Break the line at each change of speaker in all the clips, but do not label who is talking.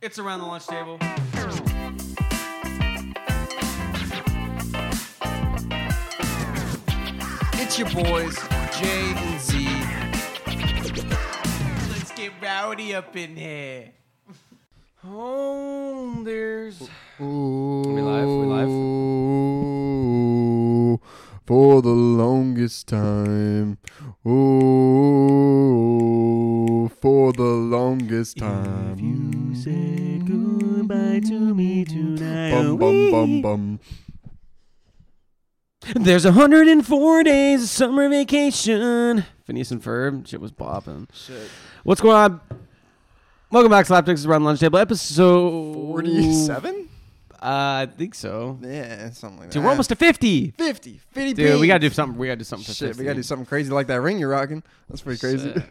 It's around the lunch table.
It's your boys, Jay and Z.
Let's get rowdy up in here. Oh, there's
We
live? We live?
Ooh, for the longest time. Ooh, for the longest time. you said goodbye to me tonight. Bum, bum, bum, bum.
There's 104 days of summer vacation. Phineas and Ferb, shit was bopping.
shit.
What's going on? Welcome back, Slapdicks around lunch table, episode
47?
Uh, I think so.
Yeah, something like that.
Dude, we're almost to 50.
50. 50
Dude, we gotta do something. We gotta do something. For
Shit,
50.
we gotta do something crazy like that ring you're rocking. That's pretty crazy.
Shit.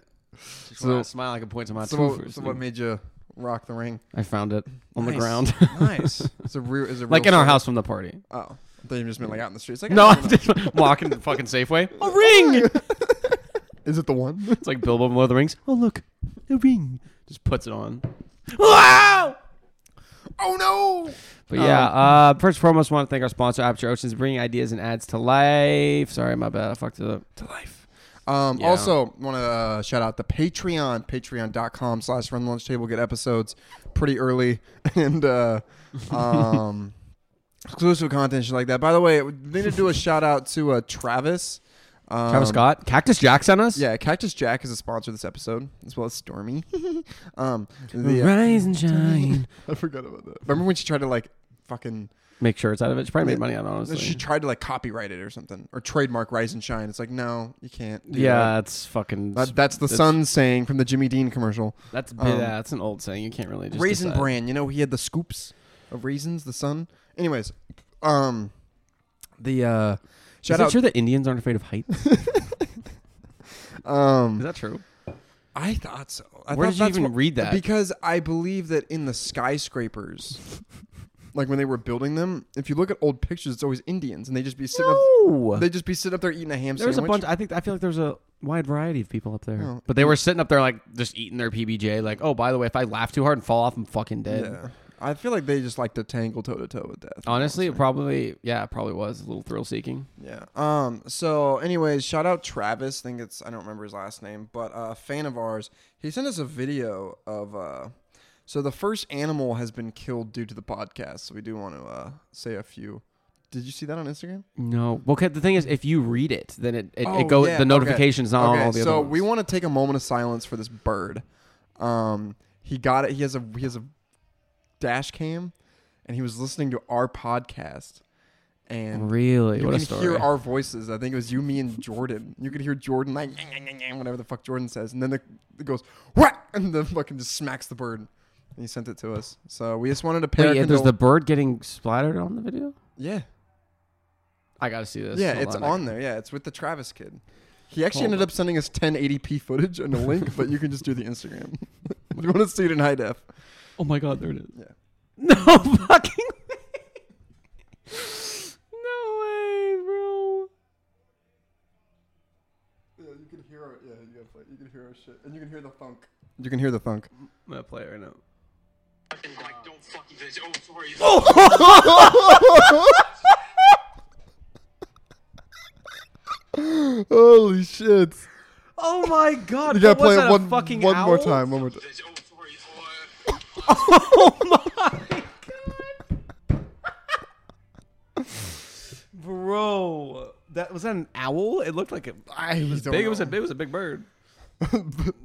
Just
So-
wanna smile. I can point to my
So,
two
what, so what made you rock the ring?
I found it on the
Nice.
ground,
nice. It's a real. It's a
like
real
in our
thing.
house from the party.
Oh, I thought you just meant like out in the streets. Like,
No,
I
I'm
don't
just walking to the fucking Safeway. A ring.
know. is it the one?
It's like Bilbo from Lord of the Rings. Oh look, a ring. Just puts it on. Wow.
oh no!
But yeah, uh, first and foremost, want to thank our sponsor, Aperture Oceans, bringing ideas and ads to life. Sorry, my bad. I fucked it up. To life.
Um,
Yeah.
Also, want to uh, shout out the Patreon, patreon.com slash run the lunch table. Get episodes pretty early and uh, um, exclusive content, shit like that. By the way, we need to do a shout out to uh, Travis. Um,
Travis Scott, Cactus Jack sent us.
Yeah, Cactus Jack is a sponsor of this episode, as well as Stormy. um, the,
Rise and shine.
I forgot about that. Remember when she tried to like fucking
Make sure it's out of it. She probably made money on it,
No,
honestly.
She tried to like copyright it or something or trademark Rise and Shine. It's like, no, you can't. do
yeah, that's fucking.
That. That- that's the
that's-
sun saying from the Jimmy Dean commercial.
That's
Um,
yeah, that's an old saying. You can't really just
Raisin
decide.
Bran, you know, he had the scoops of raisins, the sun. Anyways, um, the uh, shout
Is it
out.
true that Indians aren't afraid of heights? Is
Um,
that true?
I thought so. I
Where
thought
did you
that's
even
what-
read that?
Because I believe that in the skyscrapers, like when they were building them, if you look at old pictures, it's always Indians, and they just be sitting.
no.
Up, they just be sitting up there eating a ham
There was a
sandwich.
bunch. I think I feel like there was a wide variety of people up there,
Oh.
but they were sitting up there like just eating their PBJ. Like, oh, by the way, if I laugh too hard and fall off, I'm fucking dead.
Yeah. I feel like they just like to tangle toe to toe with death.
Honestly, it probably yeah, it probably was a little thrill seeking.
Yeah. Um. So, anyways, shout out Travis. think it's I don't remember his last name, but a fan of ours. He sent us a video of. Uh, so the first animal has been killed due to the podcast. So we do want to uh, say a few. Did you see that on Instagram?
No, well, 'cause the thing is, if you read it, then it it,
Oh,
it go
yeah,
the
okay.
notifications not on all the
so
other.
we
ones.
want to take a moment of silence for this bird. Um, he got it. He has a he has a dash cam, and he was listening to our podcast, and
really
you
what a
can hear
story.
our voices. I think it was you, me, and Jordan. You could hear Jordan like "Nyang, nyang, nyang, nyang," whatever the fuck Jordan says, and then the, it goes what, and the fucking just smacks the bird. And he sent it to us, so we just wanted to pay. our
Wait, there's
condol-
the bird getting splattered on the video.
yeah,
I gotta see this.
yeah,
Hold
it's
I-
on there. Yeah, it's with the Travis kid. He actually
Hold
ended up sending us 1080p footage and a link, but you can just do the Instagram. if you want to see it in high def.
Oh my god, there it is.
Yeah.
No fucking way. no way, bro.
Yeah, you can hear our, yeah, you, gotta play. you can hear our shit, and you can hear the thunk. You can hear the thunk.
I'm gonna play it right now.
Like, don't fuck you, bitch. Oh, sorry.
Holy shit!
Oh my god!
You gotta
what was
play
that,
it
a
one,
fucking
one more
owl?
time. One more time.
Bitch, oh, sorry.
Oh my god, bro! That was that an owl? It looked like a
I
it was
don't
big. It was a
know.
it was a big bird.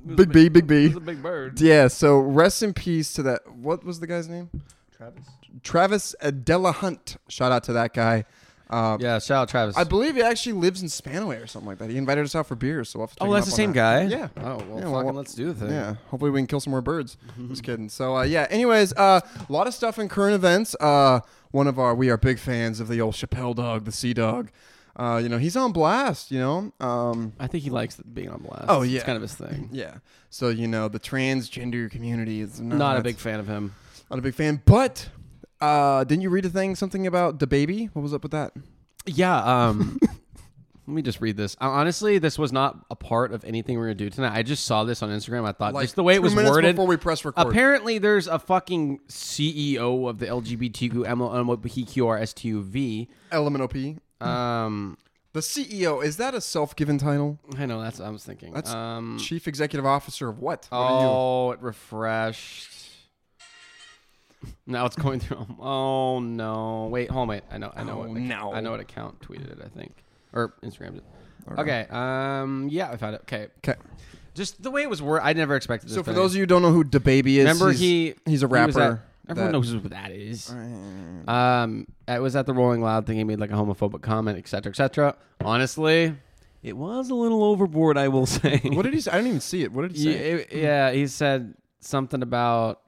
Big B, Big
It
B.
was a big bird.
Yeah. So rest in peace to that. What was the guy's name?
Travis.
Travis Adela Hunt. Shout out to that guy. Uh,
Yeah, shout out Travis.
I believe he actually lives in Spanaway or something like that. He invited us out for beers, so we'll have to. check
oh,
him
that's the
up on
same guy.
that. Yeah.
Oh well,
Yeah,
fucking
well,
let's do the thing.
Yeah, hopefully we can kill some more birds. Just kidding. So uh, yeah. Anyways, uh, a lot of stuff in current events. Uh, one of our we are big fans of the old Chappelle dog, the Sea Dog. Uh, you know he's on blast. You know. Um,
I think he likes being on blast.
Oh, yeah.
it's kind of his thing.
yeah. So you know the transgender community is not,
Not a big fan of him.
not a big fan. But uh, didn't you read a thing something about the baby? What was up with that?
Yeah. Um. Let me just read this. Uh, honestly, this was not a part of anything we are gonna do tonight. I just saw this on Instagram. I thought
Like,
just the way
two
it was
minutes
worded
before we press record.
Apparently, there's a fucking CEO of the LGBTQ STUV.
Hmm.
Um,
The CEO is that a self-given title?
I know that's what I was thinking.
That's
um,
chief executive officer of what? What are you?
oh, it refreshed. Now it's going through. Oh no! Wait, hold on, wait. I know. I know.
Oh,
what
no.
I know what account tweeted it. I think or Instagrammed it. Okay. Um. Yeah, I found it. Okay.
Okay.
Just the way it was worded, I never expected this.
So for
thing.
those of you who don't know who DaBaby is,
remember
he's,
he
he's a
he was at-
rapper.
everyone
that-
knows who that is. Um, it was at the Rolling Loud thing. He made like a homophobic comment, etc., cetera, etc. Cetera. Honestly, it was a little overboard, I will say.
What did he say? I didn't even see it. What did he
Yeah,
say?
it- yeah, he said something about.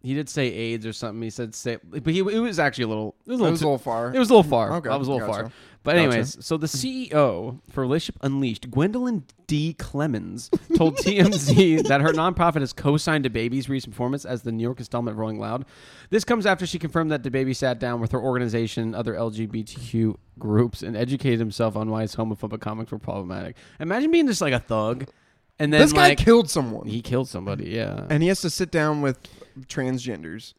He did say AIDS or something. He said say, but he it was actually a little. It was a little,
It was a
too-
little far.
It was a little far.
Okay,
Okay, I was a little
gotcha.
far. But anyways, so the CEO for Relationship Unleashed, Gwendolyn D. Clemens, told TMZ that her nonprofit has co-signed DeBaby's recent performance as the New York installment of Rolling Loud. This comes after she confirmed that DeBaby sat down with her organization, and other LGBTQ groups, and educated himself on why his homophobic comics were problematic. Imagine being just like a thug, and then
this guy
like,
killed someone,
He killed somebody. Yeah.
and he has to sit down with transgenders,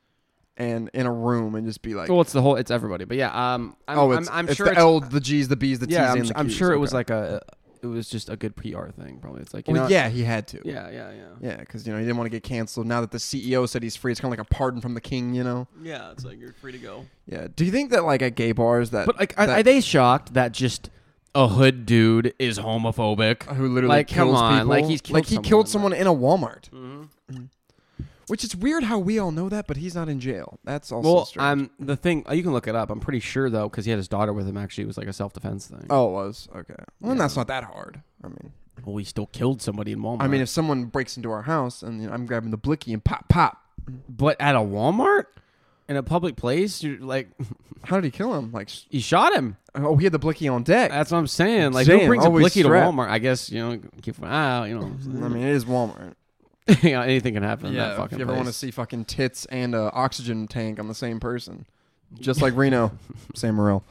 and in a room and just be like,
well, it's the whole. It's everybody. But yeah. Um. I'm,
"Oh,
I'm,
it's,
I'm
it's
sure
the
it's-
L, the G's, the B's, the
yeah,
T's,
I'm,
and
su-
the
I'm
Q's."
sure it
Okay.
was like a, it was just a good PR thing. Probably it's like you
Well,
know,
yeah, he had to.
yeah, yeah, yeah,
Yeah, because you know he didn't want to get canceled. Now that the CEO said he's free, it's kind of like a pardon from the king. You know.
yeah. It's like you're free to go.
Yeah. Do you think that like at gay bars that
But like, are,
that-
are they shocked that just a hood dude is homophobic?
who literally
like,
kills
come on,
people
like he's killed
like he
someone. Mm-hmm.
killed someone in a Walmart. Mm-hmm. Which is weird how we all know that, but he's not in jail. That's also
Well,
strange.
I'm the thing. You can look it up. I'm pretty sure though, because he had his daughter with him. Actually, it was like a self defense thing.
oh, it was okay. Well, then that's not that hard. I mean,
Well, we still killed somebody in Walmart.
I mean, if someone breaks into our house and you know, I'm grabbing the blicky and pop pop,
but at a Walmart in a public place, you're like,
how did he kill him? Like, s-
he shot him.
oh, he had the blicky on deck.
That's what I'm saying. Like,
Damn,
who brings a
always
blicky
strapped.
to Walmart? I guess you know, keep an eye out. You know, what I'm saying?
I mean, it is Walmart.
you know, anything can happen in that
Yeah, if
fucking
you ever want to
place.
see fucking tits and uh, oxygen tank on the same person, just like Reno, Sam Morril.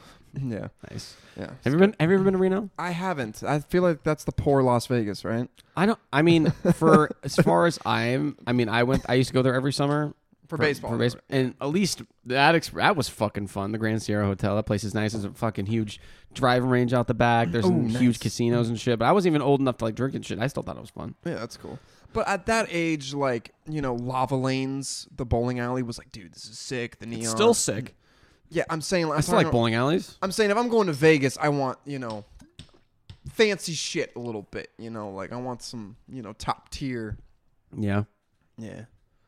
Yeah,
Nice.
yeah.
Have you been? Have you ever been to Reno?
I haven't. I feel like that's the poor Las Vegas, right?
I don't. I mean, for as far as I'm, I mean, I went. I used to go there every summer
For baseball.
For baseball, and at least that exp- that was fucking fun. The Grand Sierra Hotel, that place is nice. It's a fucking huge driving range out the back. There's some huge casinos and shit. But I wasn't even old enough to like drink and shit. I still thought it was fun.
Yeah, that's cool. But at that age, like you know, lava lanes, the bowling alley was like, dude, this is sick. The neon,
sick.
Yeah, I'm saying. I'm
I still like
talking-
bowling alleys.
I'm saying if I'm going to Vegas, I want you know, fancy shit a little bit. You know, like I want some you know top tier.
Yeah.
Yeah,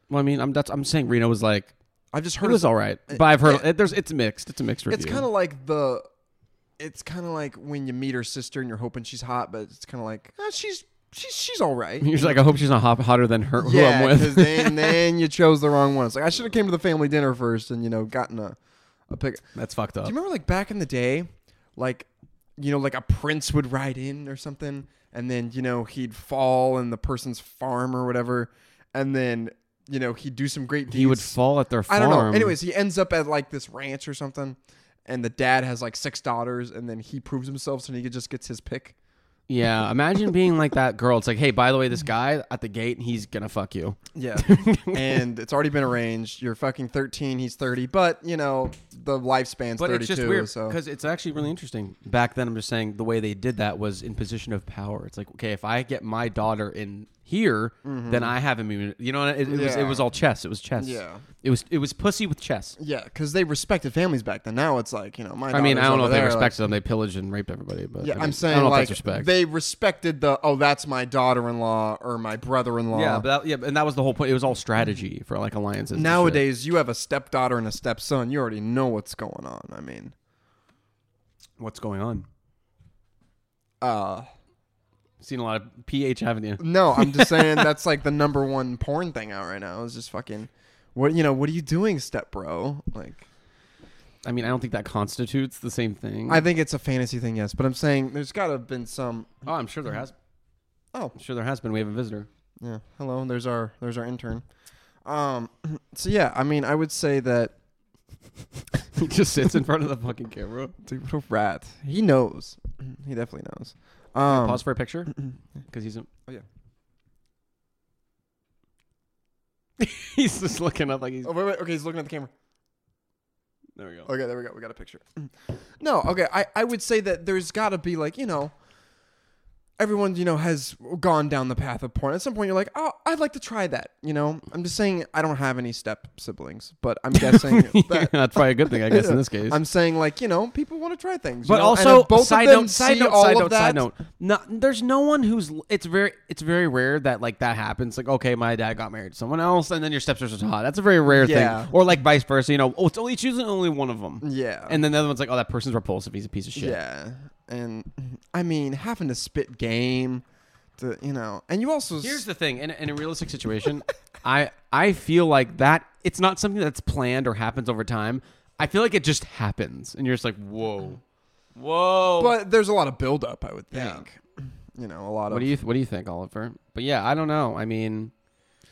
Well, I mean, I'm that's I'm saying Reno was like
I've just heard.
it
of
was all right, but I've heard it, there's it's mixed. It's a mixed review.
uh, It's kind of like the. It's kind of like when you meet her sister and you're hoping she's hot, but it's kind of like ah, she's she's she's all right.
You're just like, I hope she's not hot, hotter than her who
Yeah,
I'm
'cause
with.
then then you chose the wrong one. It's like I should have came to the family dinner first and you know gotten a a pick.
That's fucked up.
Do you remember like back in the day, like you know, like a prince would ride in or something, and then you know he'd fall in the person's farm or whatever, and then you know he'd do some great deeds.
He would fall at their
I
farm.
don't know. Anyways, he ends up at like this ranch or something, and the dad has like six daughters, and then he proves himself, so he just gets his pick.
Yeah, imagine being like that girl. It's like, hey, by the way, this guy at the gate, he's gonna fuck you.
Yeah, and it's already been arranged. You're fucking thirteen, he's thirty, but you know the lifespan's
But
thirty-two.
it's just weird
so
because it's actually really interesting. Back then, I'm just saying the way they did that was in position of power. It's like, okay, if I get my daughter in here, then I have immunity. You know, it, it was
Mm-hmm. Yeah.
it was all chess. It was chess.
Yeah.
it was it was pussy with chess.
yeah, because they respected families back then. Now it's like you know my.
I mean, I
daughter's
don't
over
know if they
there, like-
respected them. They pillaged and raped everybody. But I
Yeah, I
mean,
am saying
I don't know
like
if that's respect.
they respected the oh that's my daughter-in-law or my brother-in-law.
yeah, but that, yeah, and that was the whole point. It was all strategy for like alliances. and shit.
nowadays you have a stepdaughter and a stepson. You already know what's going on. I mean,
what's going on?
uh,
Seen a lot of ph, haven't you?
no, I'm just saying that's like the number one porn thing out right now. Is just fucking what you know. What are you doing, step bro? Like.
I mean, I don't think that constitutes the same thing.
I think it's a fantasy thing, yes. But I'm saying there's got to have been some.
oh, I'm sure there has.
Oh.
I'm sure there has been. We have a visitor.
Yeah. Hello. There's our there's our intern. Um. So yeah, I mean, I would say that.
He just sits in front of the fucking camera.
Dude, what a rat. He knows. He definitely knows. Um,
Pause for a picture because he's. A...
Oh, yeah.
he's just looking up like he's.
Oh, wait, wait. Okay, he's looking at the camera.
There we go.
Okay, there we go. We got a picture. No, okay. I, I would say that there's got to be like, you know, everyone, you know, has gone down the path of porn. At some point, you're like, oh, I'd like to try that. You know, I'm just saying I don't have any step siblings, but I'm guessing that.
That's probably a good thing, I guess, in this case.
I'm saying like, you know, people want to try things. you
but
know, and
also,
if both
side
of them
note, side
see
note,
all
side
of
note,
that,
side note. No, there's no one who's. It's very, it's very rare that like that happens. Like, okay, my dad got married to someone else, and then your stepsister's hot. That's a very rare
Yeah.
thing. Or like vice versa. You know, oh, it's only choosing only one of them.
Yeah.
And then the other one's like, oh, that person's repulsive. He's a piece of shit.
Yeah, and I mean having to spit game, to you know, and you also s-
Here's the thing, in, in a realistic situation, I I feel like that it's not something that's planned or happens over time. I feel like it just happens, and you're just like, whoa, whoa.
but there's a lot of buildup. I would
Yeah.
think, you know, a lot
what
of
do you What do you think, Oliver? But yeah, I don't know. I mean,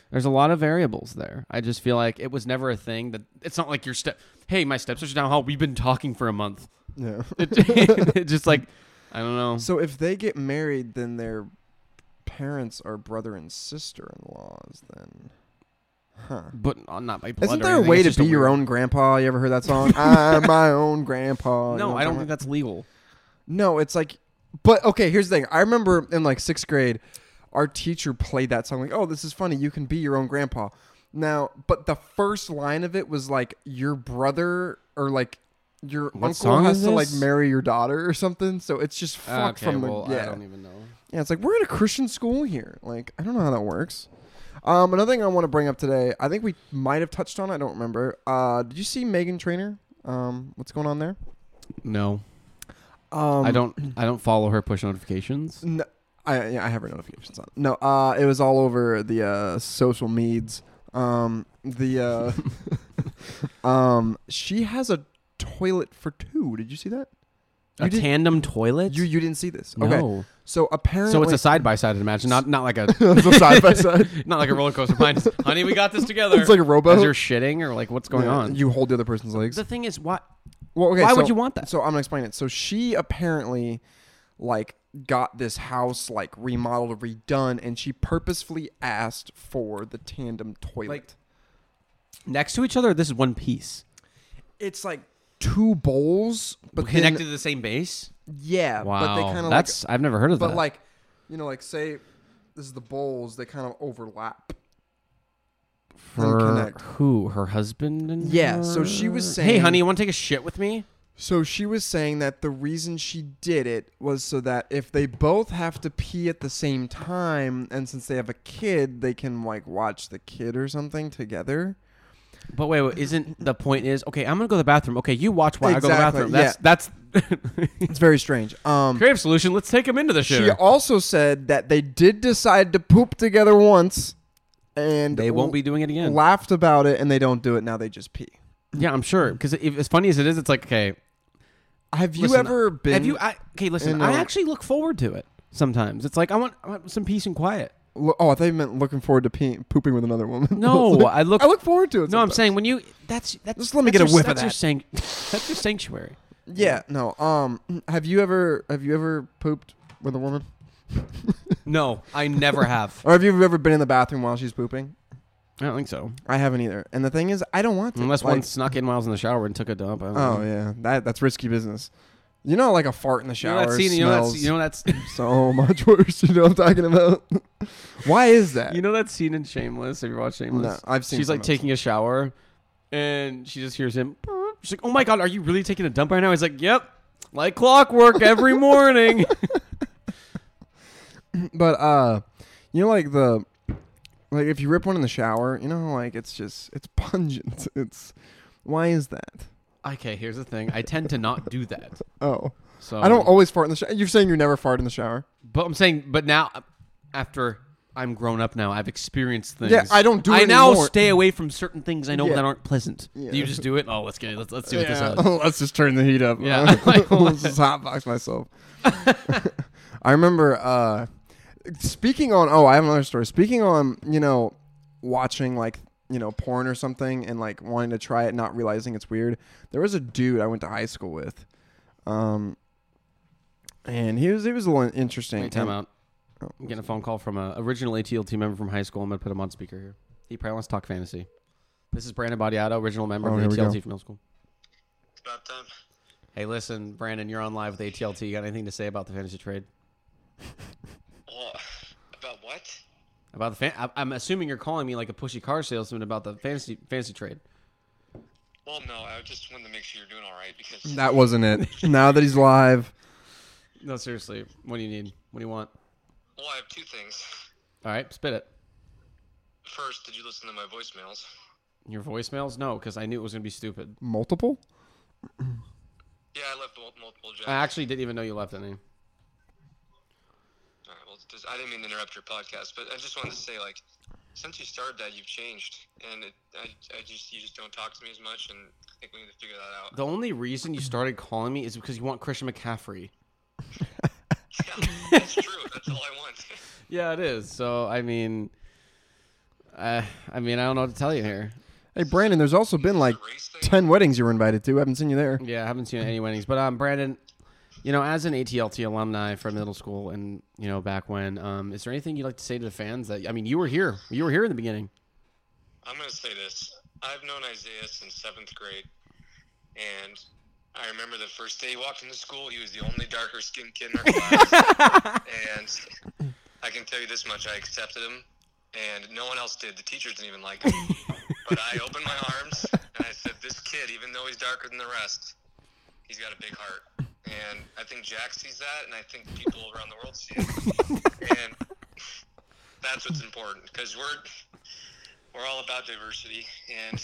there's a lot of variables there. I just feel like it was never a thing that it's not like your step. Hey, my stepsister's down the hall. We've been talking for a month.
Yeah.
It, it's just like I don't know.
So if they get married, then their parents are brother and sister in laws. Then
but uh, not my blood.
isn't
or
there a
anything,
way
it's
to
just a
be your
weird-
own grandpa? You ever heard that song? I'm my own grandpa. You know
No,
what
I
I'm
don't
talking
think that's legal.
No, it's like, but okay. Here's the thing. I remember in like sixth grade, our teacher played that song. Like, oh, this is funny. You can be your own grandpa. Now, but the first line of it was like your brother or like your uncle
song
has
is
to like
this?
marry your daughter or something. So it's just fuck
okay,
from
well,
the yeah.
I don't even know.
Yeah, it's like we're at a Christian school here. Like, I don't know how that works. Um, another thing I want to bring up today, I think we might have touched on. it, I don't remember. Uh, did you see Megan Trainer? Um, what's going on there?
No,
Um,
I don't. I don't follow her push notifications.
No, I yeah, I have her notifications on. No, uh, it was all over the uh, social meds. Um, the uh, um, she has a toilet for two. Did you see that? You
a
didn't-
tandem toilet?
You you didn't see this? Okay.
no.
So apparently,
So it's a side by side. Imagine not not like a
it's a side by side.
not like a roller coaster. Mine, honey, we got this together.
It's like a rowboat.
As you're shitting or like what's going
Yeah,
on?
You hold the other person's legs.
the thing is, what?
Well, okay,
Why
so,
would you want that?
So I'm gonna explain it. So she apparently, like, got this house like remodeled, redone, and she purposefully asked for the tandem toilet.
Like- Next to each other, this is one piece
it's like two bowls, but then-
connected to the same base.
yeah,
Wow,
but they kind of like,
that's I've never heard of
but
that.
like, you know, like say this is the bowls, they kind of overlap.
for
connect.
who? Her husband and
Yeah, so she was
"Hey,
saying-
honey, you want to take a shit with me?"
So she was saying that the reason she did it was so that if they both have to pee at the same time, and since they have a kid, they can like watch the kid or something together.
But wait, wait isn't the point is okay? I'm gonna go to the bathroom. Okay, you watch while I go
Exactly,
to the bathroom. That's that's
It's very strange. Um,
creative solution. Let's take him into the shit.
she also said that they did decide to poop together once, and
They won't be doing it again.
Laughed about it, and they don't do it now. They just pee.
Yeah, I'm sure. Because as funny as it is, it's like okay.
Have you
listen,
ever been?
Have you? I, okay, listen.
in
I
a-
actually look forward to it. Sometimes it's like I want, I want some peace and quiet.
Lo- Oh, I thought you meant looking forward to peeing, pooping with another woman.
No,
was like,
I look-
I look forward to it.
No, I'm
sometimes.
saying when you that's that's
Just let me
that's
get a
your-
whiff of
that's Your
that.
sanct- that's your sanctuary.
Yeah. No. Um. Have you ever? Have you ever pooped with a woman?
No, I never have.
Or have you ever been in the bathroom while she's pooping?
I don't think so.
I haven't either. And the thing is, I don't want to.
Unless
Like-
one snuck in while I was in the shower and took a dump. I don't
Oh
know.
yeah, that that's risky business. You know, like a fart in the
You
shower
know that scene. You know that.
smells
scene- You know that. scene-
so much worse. You know what I'm talking about? Why is that?
You know that scene in Shameless. Have you watched Shameless?
No, I've seen
She's like
some of it.
taking a shower, and she just hears him. "Burp." She's like, "Oh my god, are you really taking a dump right now?" He's like, "Yep, like clockwork every morning."
But uh, you know, like the like if you rip one in the shower, you know, like it's just it's pungent. It's why is that?
okay, here's the thing. I tend to not do that.
Oh,
So
I don't always fart in the shower. You're saying you never fart in the shower?
But I'm saying, but now after I'm grown up now, I've experienced things.
Yeah, I don't do
I
it
now
anymore.
stay away from certain things I know
Yeah.
that aren't pleasant.
Yeah.
You just do it. Oh, let's get it. Let's let's see what this is.
Let's just turn the heat up.
Yeah.
let's just hotbox myself. I remember uh, speaking on. Oh, I have another story. Speaking on, you know, watching like you know, porn or something and like wanting to try it, not realizing it's weird. There was a dude I went to high school with, um, and he was he was a little interesting.
Wait, time
And-
out. I'm getting a phone call from a original ATLT member from high school. I'm gonna put him on speaker here. He probably wants to talk fantasy. This is Brandon Badiato, original member
Oh,
of
here
the
we go.
ATLT from middle school.
It's about time.
Hey, listen, Brandon, you're on live with ATLT. You got anything to say about the fantasy trade?
Well, about what?
About the fan- I- I'm assuming you're calling me like a pushy car salesman about the fantasy fantasy trade.
Well, no, I just wanted to make sure you're doing all right because
That wasn't it. now that he's live,
No, seriously. What do you need? What do you want?
well, I have two things.
All right, spit it.
First, did you listen to my voicemails?
Your voicemails? No, because I knew it was gonna be stupid.
multiple.
Yeah, I left mul- multiple jobs.
I actually didn't even know you left any.
All right, well, just, I didn't mean to interrupt your podcast, but I just wanted to say, like, since you started that, you've changed, and it, I, I just you just don't talk to me as much, and I think we need to figure that out.
The only reason you started calling me is because you want Christian McCaffrey.
Yeah, that's true. That's all I want.
Yeah, it is. So I mean, uh, I mean, I don't know what to tell you here.
Hey Brandon, there's also been like
race thing?
ten weddings you were invited to. haven't seen you there.
Yeah, I haven't seen any weddings, but um, Brandon, you know, as an ATLT alumni from middle school and you know back when, um, is there anything you'd like to say to the fans? That I mean, you were here, you were here in the beginning.
I'm gonna say this. I've known Isaiah since seventh grade, and I remember the first day he walked into school. He was the only darker skinned kid in our class, and I can tell you this much: I accepted him, and no one else did. The teachers didn't even like him, but I opened my arms and I said, "This kid, even though he's darker than the rest, he's got a big heart." And I think Jack sees that, and I think people around the world see it, and that's what's important because we're we're all about diversity and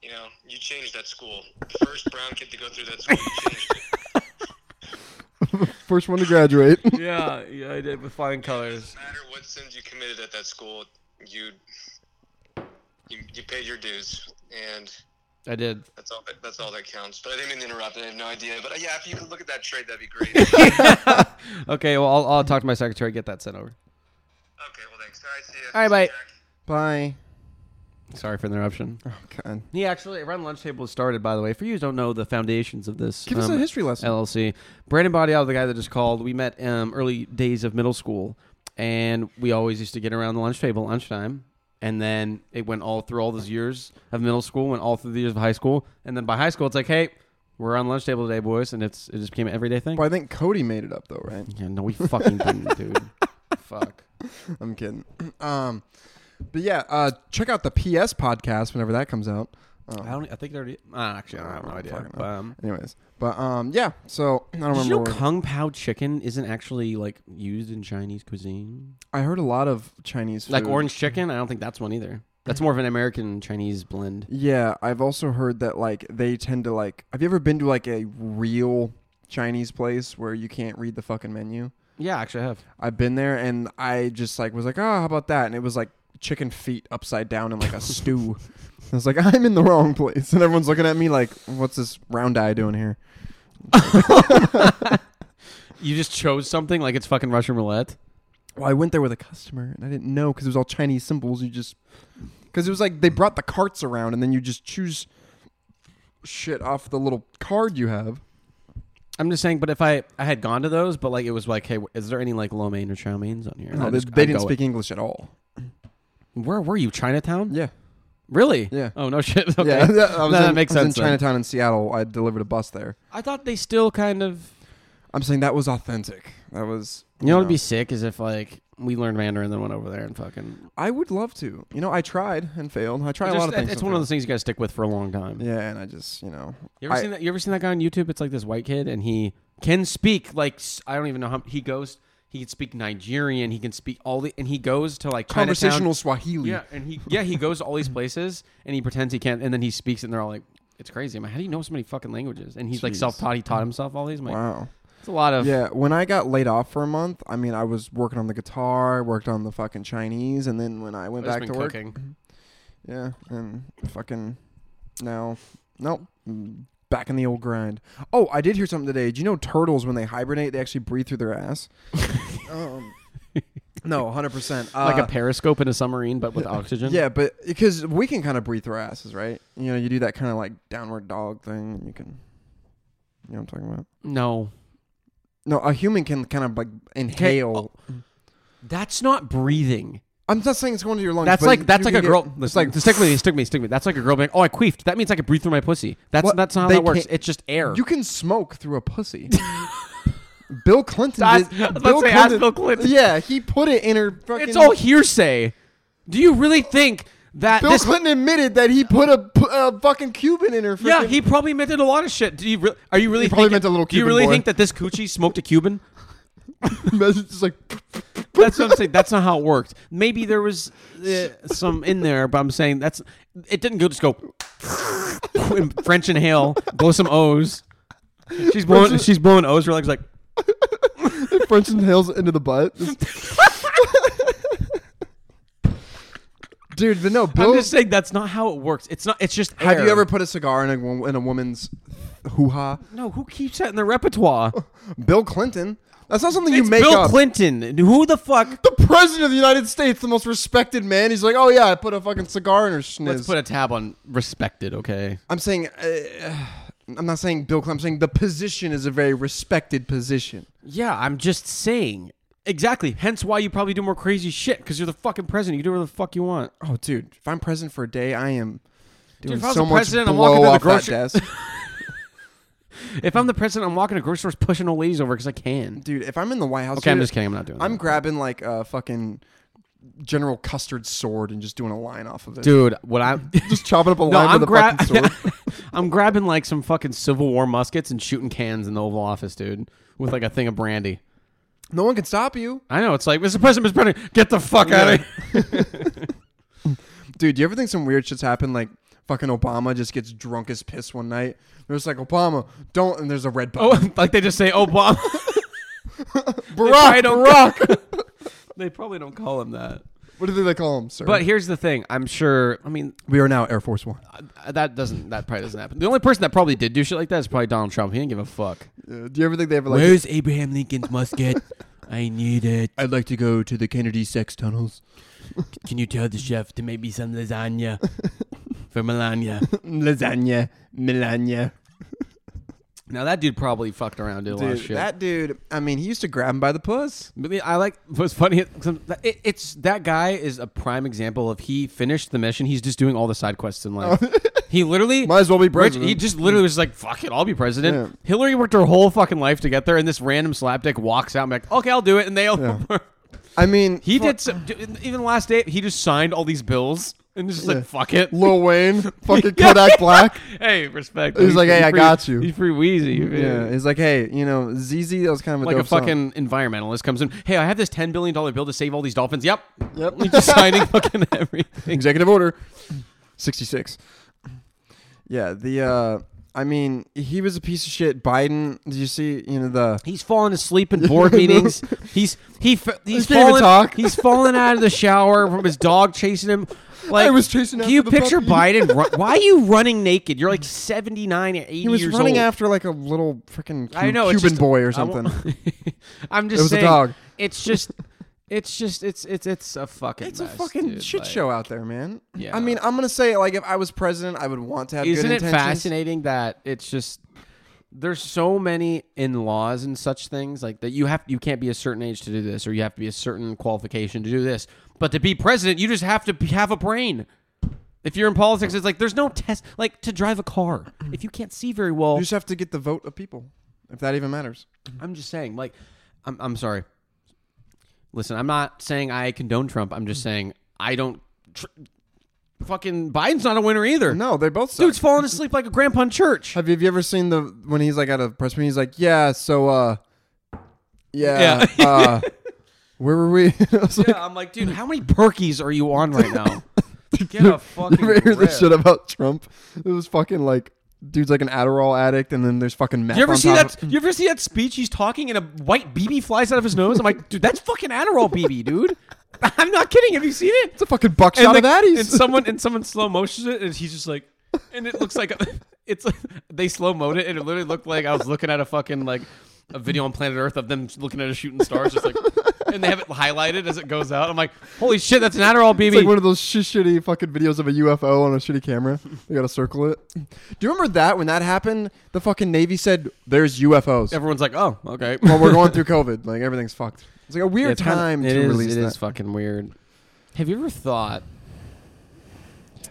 you know you changed that school the first brown kid to go through that school you changed it.
First one to graduate.
Yeah, yeah, I did with flying colors.
no matter what sins you committed at that school you you, you paid your dues and
I did.
that's all that, that's all that counts but i didn't mean to interrupt i have no idea but uh, yeah if you could look at that trade that'd be great okay
Okay, well, I'll, I'll talk to my secretary, get that sent over.
well thanks all right see ya
All right, bye.
Jack.
Bye.
Sorry for the interruption.
Oh God.
He actually around lunch table was started. By the way, for you who don't know the foundations of this, um,
Give us a history lesson.
LLC. Brandon Bodial, the guy that just called, we met um, early days of middle school, and we always used to get around the lunch table at lunchtime. And then it went all through all those years of middle school, and all through the years of high school, and then by high school, it's like, hey, we're on lunch table today, boys, and it's it just became an everyday thing.
Well, I think Cody made it up though, right?
Yeah, no, we fucking didn't, dude. Fuck.
I'm kidding. Um, but yeah, uh, check out the PS podcast whenever that comes out. Um,
I don't. I think it already. Uh, actually, I don't have no idea.
fucking know.
But, um,
Anyways, but um, yeah. So I
did
don't
you
remember.
know
where-
kung pao chicken isn't actually like used in Chinese cuisine?
I heard a lot of Chinese food.
Like orange chicken, I don't think that's one either. That's more of an American Chinese blend.
Yeah, I've also heard that like they tend to like. Have you ever been to like a real Chinese place where you can't read the fucking menu?
Yeah, actually, I have.
I've been there and I just like was like, oh, how about that? And it was like chicken feet upside down in like a stew. I was like, I'm in the wrong place, and everyone's looking at me like, what's this round eye doing here?
You just chose something like it's fucking Russian roulette.
Well, I went there with a customer and I didn't know because it was all Chinese symbols. You just because it was like they brought the carts around and then you just choose shit off the little card you have.
I'm just saying, but if I I had gone to those, but like it was like, hey, is there any like lo mein or chow mein on here? And I
No, they,
just-
they
I'd
didn't
go
speak English at all.
with- Where were you? Chinatown?
Yeah,
Really?
Yeah.
Oh no shit. Okay.
yeah. I
No, that
in-
makes
I was
sense then.
In Chinatown in Seattle, I delivered a bus there.
I thought they still kind of.
I'm saying that was authentic. That was
You know, what'd be sick is if like we learned Mandarin, then went over there and fucking.
I would love to. You know, I tried and failed. I tried a
Just-
lot of things.
It's
and
one of those
failed.
things you gotta stick with for a long time.
Yeah, and I just you know,
You ever
I-
seen that? You ever seen that guy on YouTube? It's like this white kid, and he can speak like s- I don't even know how he goes. He can speak Nigerian. He can speak all the, and he goes to like Chinatown.
conversational Swahili.
Yeah, and he yeah he goes to all these places and he pretends he can't, and then he speaks, and they're all like, "It's crazy, man! How do you know so many fucking languages?" And he's like
Jeez.
self-taught. He taught himself all these. I'm like,
Wow.
it's a lot of
Yeah, when I got laid off for a month, I mean, I was working on the guitar, worked on the fucking Chinese, and then when I went
I've just
back
been
to work,
cooking.
yeah, and fucking now, nope, mm, back in the old grind. Oh, I did hear something today. Do you know turtles when they hibernate, they actually breathe through their ass? um, No, 100%. Uh,
like a periscope in a submarine, but with oxygen.
Yeah, but because we can kind of breathe through our asses, right? You know, you do that kind of like downward dog thing, and you can, you know what I'm talking about?
No,
No, a human can kind of like
oh.
inhale.
that's not breathing.
I'm not saying it's going to your lungs.
That's
but
like
you-
that's
you
like a
can
girl.
get-
It's like stick with me, stick with me, stick with me. That's like a girl being, oh, I queefed. That means I could breathe through my pussy. That's
What?
that's not how
They
that works.
can't-
It's just air.
You can smoke through a pussy. Bill Clinton.
Ask-
did-
I was about to say, ask Bill Clinton.
Yeah, he put it in her. Fucking,
it's all hearsay. Do you really think that
Bill
this?
Clinton admitted that he put a, pu- a fucking Cuban in her. Freaking,
yeah, he probably meant it a lot of shit. Do you re- are you really
He probably
thinking-
meant a little
Do you
Cuban
really
boy.
think that this coochie smoked a Cuban?
just like.
That's what I'm saying. That's not how it worked. Maybe there was uh, some in there, but I'm saying that's it didn't go just go and French inhale, blow some O's. She's blowing
French-
she's blowing O's. Her legs like
French inhales into the butt. Dude, but no, Bill.
I'm just saying that's not how it works. It's not. It's just.
have you
air.
ever put a cigar in a, wo- in a woman's hoo ha?
No. Who keeps that in their repertoire?
Bill Clinton. That's not something
it's
you make
Bill
up.
Clinton. Who the fuck?
the president of the United States, the most respected man. He's like, oh yeah, I put a fucking cigar in her schniz.
Let's put a tab on respected. Okay.
I'm saying, uh, I'm not saying Bill Clinton. I'm saying the position is a very respected position.
Yeah, I'm just saying. Exactly. Hence why you probably do more crazy shit because you're the fucking president. You can do whatever the fuck you want.
Oh, dude, if I'm president for a day, I am doing
if I was
so
the
much
president, I'm walking
blow
to the
off that
grocery-
desk.
If I'm the president, I'm walking to grocery stores pushing old ladies over because I can.
dude, if I'm in the White House,
Okay, I'm
dude,
just kidding. I'm not doing
I'm
that.
grabbing like a fucking General Custard sword and just doing a line off of it.
Dude, what I'm.
just chopping up a
No,
line
I'm,
with a
gra-
fucking sword.
I'm grabbing like some fucking Civil War muskets and shooting cans in the Oval Office, dude, with like a thing of brandy.
no one can stop you,
I know. It's like, Mr. President, Mr. President, get the fuck out of here.
dude. Do you ever think some weird shits happen? Like fucking Obama just gets drunk as piss one night. There's like Obama, don't, and there's a red button.
Oh, like they just say Obama.
Barack, Barack.
they probably don't call him that.
what do they call him, sir?
But here's the thing. I'm sure. I mean,
we are now Air Force One.
uh, that doesn't. That probably doesn't happen. The only person that probably did do shit like that is probably Donald Trump. He didn't give a fuck.
Uh, do you ever think they ever like?
Where's Abraham Lincoln's musket? I need it.
I'd like to go to the Kennedy sex tunnels.
Can you tell the chef to make me some lasagna for Melania?
Lasagna, Melania.
Now that dude probably fucked around, did a lot of
Dude,
shit.
that dude. I mean, he used to grab him by the puss.
But the- I like what's funny. some- that- It, it's that guy is a prime example of he finished the mission. He's just doing all the side quests in life. he literally
Might as well be
Rich-
president.
he just literally was like, "Fuck it, I'll be president."
Yeah.
Hillary worked her whole fucking life to get there, and this random slapdick walks out and be like, "Okay, I'll do it," and they all.
I mean,
he
fuck
did some, d- even last day. He just signed all these bills and just
Yeah.
like, "Fuck it."
Lil Wayne, fucking Kodak Black.
hey, respect.
He's like, "Hey, I
pretty-
got you."
He's pretty wheezy.
Yeah, he's like, hey, you know, ZZ. That was kind of a
Like a
dope song.
fucking environmentalist comes in. Hey, I have this ten billion dollar bill to save all these dolphins. Yep,
Yep.
he's just signing fucking everything.
executive order 66 yeah the uh i mean he was a piece of shit biden did you see you know the
He's fallen asleep in board meetings. He's he f- he's
can't even
fallen
talk.
he's fallen out of the shower from his dog chasing him. Like
I was chasing
Can
after
you
the
picture
puppy.
Biden? Run, why are you running naked? You're like 79 or 80
he was
years
running
old.
after like a little freaking
I know it's
cuban
just-
boy or
I won't-
something
I'm just
It was a
saying,
dog.
It's just it's just it's it's it's a fucking
it's a
mess,
fucking
dude.
shit
Like,
show out there man
Yeah.
i mean i'm gonna say like if i was president i would want to have
Isn't
good
it
intentions
fascinating that it's just there's so many in laws and such things like that you have you can't be a certain age to do this or you have to be a certain qualification to do this. But to be president, you just have to be, have a brain. If you're in politics, it's like there's no test like to drive a car. If you can't see very well,
you just have to get the vote of people if that even matters
I'm just saying like I'm I'm sorry. Listen, I'm not saying I condone Trump. I'm
Mm.
just saying I don't tr- fucking Biden's not a winner either.
no they both suck.
Dude's falling asleep like a grandpa in church.
Have you, have you ever seen the when he's like at a press meeting? He's like, yeah, so uh, yeah, uh, where were we? I was like,
Yeah, I'm like, dude, how many perkies are you on right now? Get
you
a fucking
ever hear
grip.
this shit about Trump? It was fucking like, dude's like an Adderall addict, and then there's fucking meth.
You ever
on
see
top
that?
of-
You ever see that speech? He's talking, and a white BB flies out of his nose. I'm like, dude, that's fucking Adderall BB, dude. I'm not kidding. Have you seen it?
It's a fucking buckshot
like,
of Addies.
and someone and someone slow motions it, and he's just like, and it looks like it's they slow mode it, and it literally looked like I was looking at a fucking like a video on planet Earth of them looking at a shooting stars, just like. and they have it highlighted as it goes out. I'm like, holy shit, that's an Adderall BB.
It's like one of those sh- shitty fucking videos of a UFO on a shitty camera. You gotta circle it. Do you remember that when that happened? The fucking Navy said there's UFOs.
Everyone's like, oh, okay.
well, we're going through COVID. Like everything's fucked. It's like a weird
It's kinda-
time
it
to
is-
release
it
that.
is fucking weird. Have you ever thought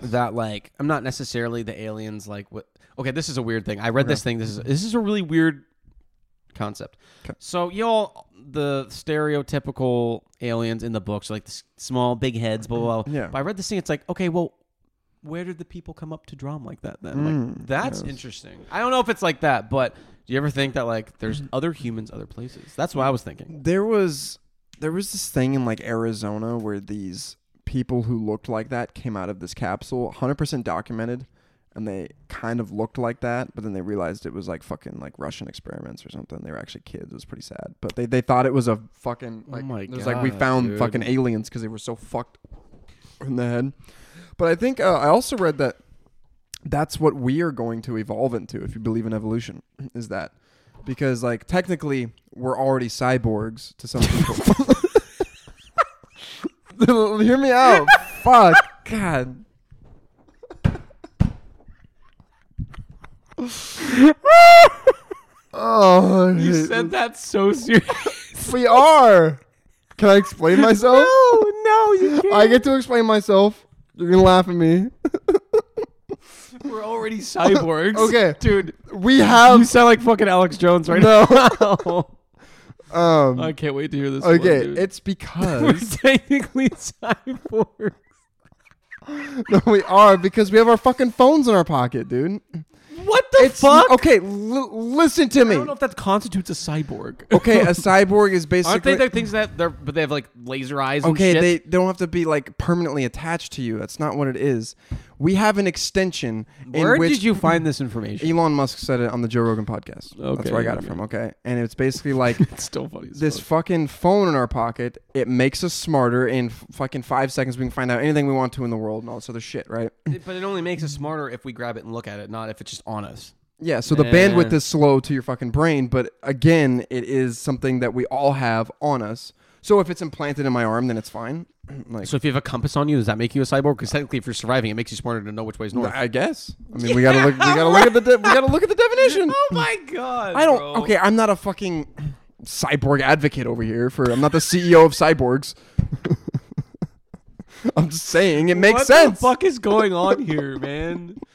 that like I'm not necessarily the aliens like what? Okay, this is a weird thing. I read this thing. This is this is a really weird concept.
'Kay.
So y'all, the stereotypical aliens in the books, like the s- small, big heads, blah blah. blah.
Yeah.
But I read this thing. It's like okay, well. Where did the people come up to draw 'em like that? Then, like,
Mm,
that's interesting. I don't know if it's like that, but do you ever think that like there's other humans, other places? That's what I was thinking.
there was there was this thing in like Arizona where these people who looked like that came out of this capsule, 100% documented, and they kind of looked like that, but then they realized it was like fucking like Russian experiments or something. They were actually kids. It was pretty sad, but they they thought it was a fucking like
Oh my
it was like we
God,
found
dude.
fucking aliens because they were so fucked in the head. But I think uh, I also read that that's what we are going to evolve into if you believe in evolution is that because like technically we're already cyborgs to some people hear me out fuck god oh I hate-
that so serious.
we are can i explain myself
no, you can't.
i get to explain myself you're gonna laugh at me
We're already cyborgs.
Okay.
dude,
we have
you sound like fucking Alex Jones right
No.
now.
um
I can't wait to hear this. one,
Okay,
dude.
it's
we're
because
technically cyborgs.
no, we are because we have our fucking phones in our pocket, dude.
What the
It's
fuck?
okay. L- listen to
I
me.
don't know if that constitutes a cyborg.
Okay, a cyborg is basically
Aren't they the things that they're but they have like laser eyes? And
okay.
shit?
They, they don't have to be like permanently attached to you. That's not what it is. We have an extension.
Where
in which
did you find this information?
Elon Musk said it on the Joe Rogan podcast. That's
Okay,
where I got it
okay.
from. Okay, and it's basically like
It's still funny. As
this
fuck.
fucking phone in our pocket. It makes us smarter. In f- fucking five seconds, we can find out anything we want to in the world and all this other shit, right?
It- but it only makes us smarter if we grab it and look at it, not if it's just on us.
Yeah, so the
Yeah.
bandwidth is slow to your fucking brain, but again, it is something that we all have on us. So if it's implanted in my arm, then it's fine. like,
So if you have a compass on you, does that make you a cyborg? Because technically, if you're surviving, it makes you smarter to know which way is north.
I guess. I mean, we gotta look. We gotta look at the. De- we gotta look at the definition.
Oh my god!
I don't. Okay, I'm not a fucking cyborg advocate over here. For I'm not the CEO of cyborgs. I'm just saying it makes
what
sense.
the fuck is going on here, man?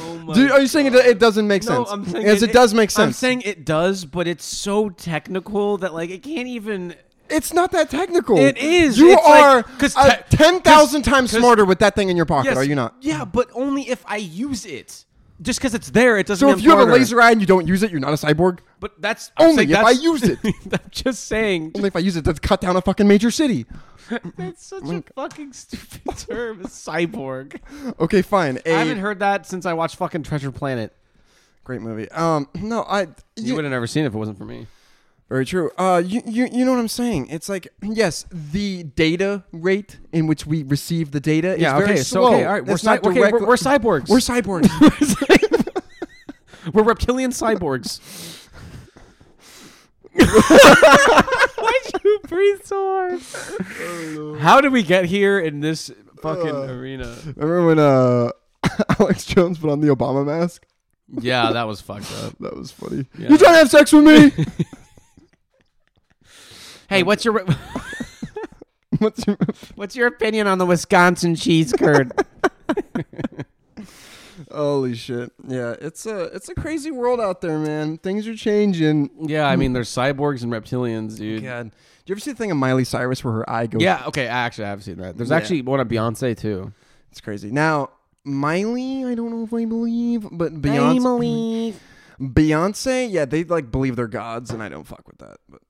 Oh my
Dude, are you saying it,
God.
it doesn't make
No,
sense?
I'm saying
yes, it, does make
I'm
sense.
saying it does, but it's so technical that like it can't even.
It's not that technical.
It is.
You
It's like-
are
'cause
uh,
te-
10,000
'cause-
times
'cause-
smarter with that thing in your pocket,
Yes,
are you not?
Yeah, but only if I use it. Just because it's there, it doesn't.
So if you have a
import it.
laser eye and you don't use it, you're not a cyborg?
but that's I'm
Only
saying
if Oh I
that's-
use it.
I'm just saying.
Only if I use it to cut down a fucking major city.
That's such a fucking stupid term, a cyborg.
Okay, fine. A
I haven't heard that since I watched fucking Treasure Planet.
great movie. Um, no, I.
You would have never seen it if it wasn't for me.
Very true. Uh, you, you you know what I'm saying? It's like yes, the data rate in which we receive the data is very slow.
We're,
It's not
cy- okay,
directly-
we're, we're cyborgs.
we're cyborgs.
We're reptilian cyborgs. Why'd you breathe so hard? How did we get here in this fucking arena?
Remember when uh, Alex Jones put on the Obama mask?
Yeah, that was fucked up.
That was funny.
Yeah.
You trying to have sex with me?
Hey, what's your
What's your
what's your opinion on the Wisconsin cheese curd?
Holy shit! Yeah, it's a it's a crazy world out there, man. Things are changing.
yeah, I mean, there's cyborgs and reptilians, dude.
God, do you ever see the thing of Miley Cyrus where her eye goes?
Yeah, okay, I actually have seen that. There's
Yeah.
actually one on Beyonce too.
it's crazy. Now Miley, I don't know if I believe, but Beyonce, Beyonce, yeah, they like believe they're gods, and I don't fuck with that. But